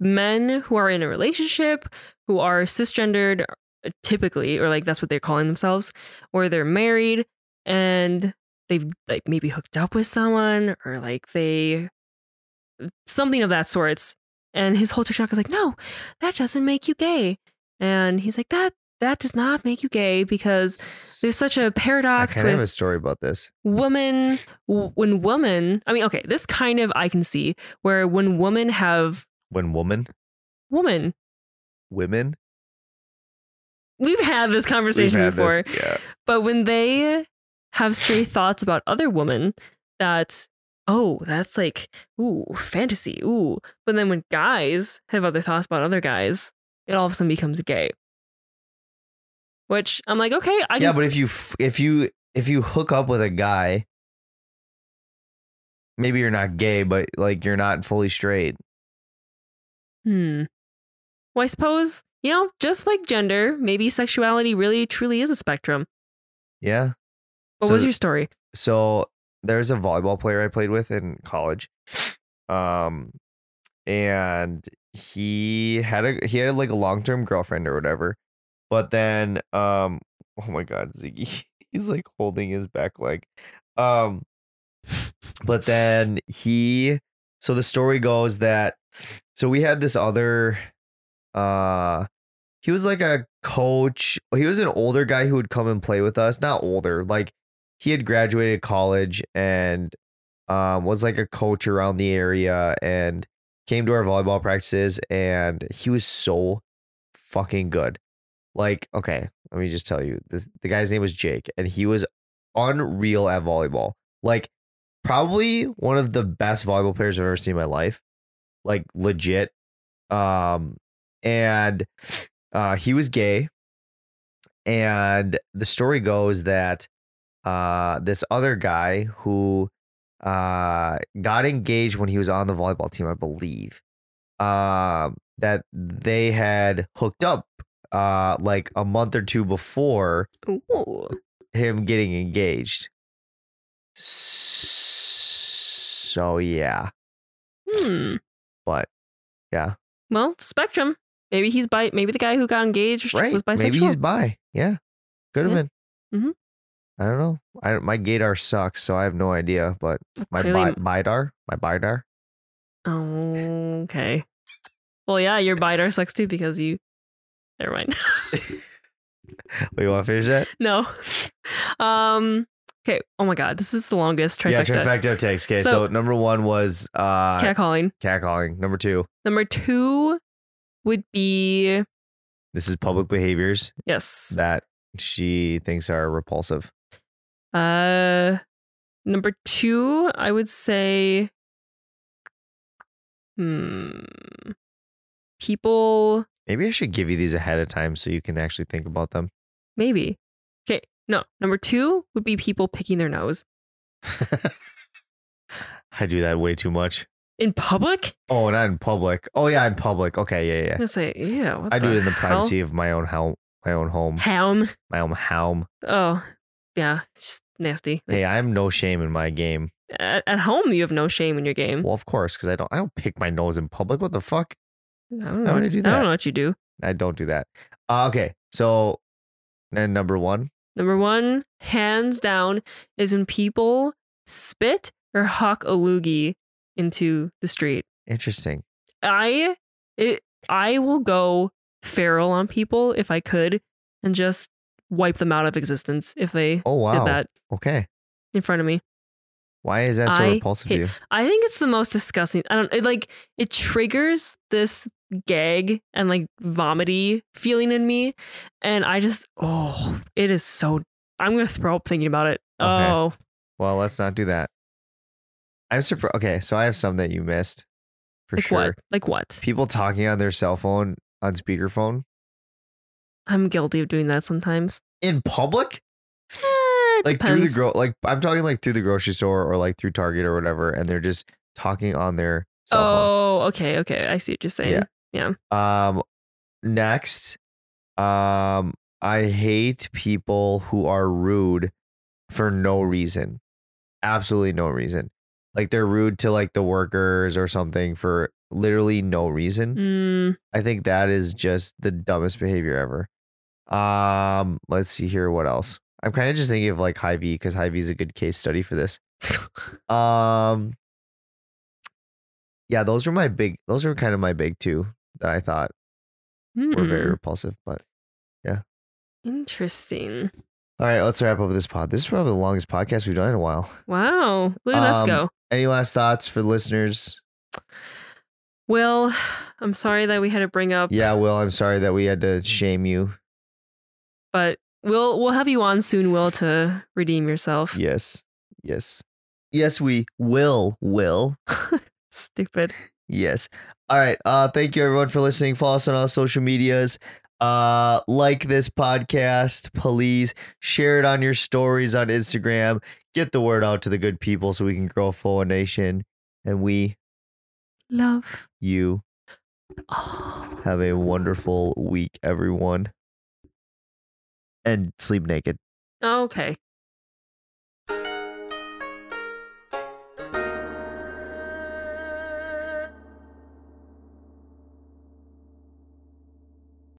men who are in a relationship, who are cisgendered uh, typically, or like that's what they're calling themselves, or they're married and they've like maybe hooked up with someone or like they something of that sorts. And his whole TikTok is like, no, that doesn't make you gay. And he's like, that that does not make you gay because there's such a
I
paradox
kind of have a
with
story about this.
women w- when women i mean okay this kind of i can see where when women have
When woman,
woman
women,
we've had this
we've
conversation
had
before
this- Yeah.
but when they have stray thoughts about other women that oh that's like ooh fantasy ooh but then when guys have other thoughts about other guys it all of a sudden becomes gay which i'm like okay i can
yeah, but if you f- if you if you hook up with a guy, maybe you're not gay, but like you're not fully straight.
Hmm. Well, I suppose, you know, just like gender, maybe sexuality really truly is a spectrum.
Yeah.
What
So
was
th-
your story?
so there's a volleyball player I played with in college. Um and he had a he had like a long-term girlfriend or whatever. But then, um, oh my God, Ziggy, he's like holding his back leg. Um, but then he, so the story goes that, so we had this other, uh, he was like a coach. He was an older guy who would come and play with us. Not older, like he had graduated college and um, was like a coach around the area and came to our volleyball practices. And he was so fucking good. Like, okay, let me just tell you, this, the guy's name was Jake, and he was unreal at volleyball. Like, probably one of the best volleyball players I've ever seen in my life. Like, legit. Um, and uh, he was gay. And the story goes that uh, this other guy who uh, got engaged when he was on the volleyball team, I believe, uh, that they had hooked up uh, like a month or two before
Ooh.
him getting engaged. So, yeah,
Hmm.
but yeah,
Well, spectrum. Maybe he's bi. Maybe the guy who got engaged
right.
was bisexual.
Maybe he's bi. Yeah, could have
Yeah.
been.
Mhm.
I don't know. I don't- my gaydar sucks, so I have no idea. But my
Clearly-
bi- bidar, my bidar.
Oh, okay. Well, yeah, your biter sucks too because you. Never mind.
Wait, you want to finish that?
no. Um. Okay. Oh my God, this is the longest trifecta.
Yeah, trifecta of takes. Okay, so,
So-
number one was uh,
Catcalling.
catcalling. Number two,
Number two would be
this is public behaviors
yes.
that she thinks are repulsive.
Uh, number two, I would say, hmm, people
Maybe I should give you these ahead of time so you can actually think about them.
maybe. Okay, no, number two would be people picking their nose
I do that way too much.
in public.
Oh, not in public. Oh yeah, in public. Okay, yeah,
I'm
yeah.
gonna say, yeah, what
I do it in the
hell?
privacy of my own home, my own home,
Helm.
my own home.
Oh, yeah, it's just nasty.
Hey, I have no shame in my game.
At, at home, you have no shame in your game.
Well, of course, because I don't. I don't pick my nose in public. What the fuck?
I don't
How
know.
would I do
I
that?
don't know what you do.
I don't do that. Uh, okay, so and number one.
Number one, hands down, is when people spit or hawk a loogie into the street.
Interesting.
I it, I will go feral on people if I could and just wipe them out of existence if they
Oh wow.
did that
Okay.
in front of me.
Why is that so
I
repulsive to
hate-
you?
I think it's the most disgusting. I don't it, like it triggers this gag and like vomity feeling in me and I just oh, it is so I'm going to throw up thinking about it.
Okay.
Oh.
Well, let's not do that. I'm surprised. Okay, so I have some that you missed, for
Like
sure.
what? Like what?
People talking on their cell phone on speakerphone
I'm guilty of doing that sometimes.
in public,
Eh, it
like through the
depends.
gro- like I'm talking like through the grocery store or like through Target or whatever, and they're just talking on their cell phone.
Oh, okay, okay. I see what you're saying.
Yeah. Um, next, um, I hate people who are rude for no reason, absolutely no reason. Like they're rude to like the workers or something for literally no reason.
Mm,
I think that is just the dumbest behavior ever. Um, let's see here. What else? I'm kind of just thinking of like high V because high V is a good case study for this. um, yeah, those were my big. Those were kind of my big two that I thought were very
mm.
repulsive. But
Hmm, Interesting.
all right, let's wrap up this pod. This is probably the longest podcast we've done in a while.
Wow. Look at us
Um,
go.
Any last thoughts for the listeners?
Well, I'm sorry that we had to bring up.
Yeah, Will, I'm sorry that we had to shame you.
But we'll we'll have you on soon, Will, to redeem yourself.
Yes, yes, yes. We will, will.
Stupid.
Yes. All right. Uh, thank you everyone for listening. Follow us on all social medias. Uh, like this podcast, please share it on your stories on Instagram. Get the word out to the good people so we can grow a full nation. And we,
Love.
you,
Oh.
have a wonderful week, everyone. And sleep naked.
Okay.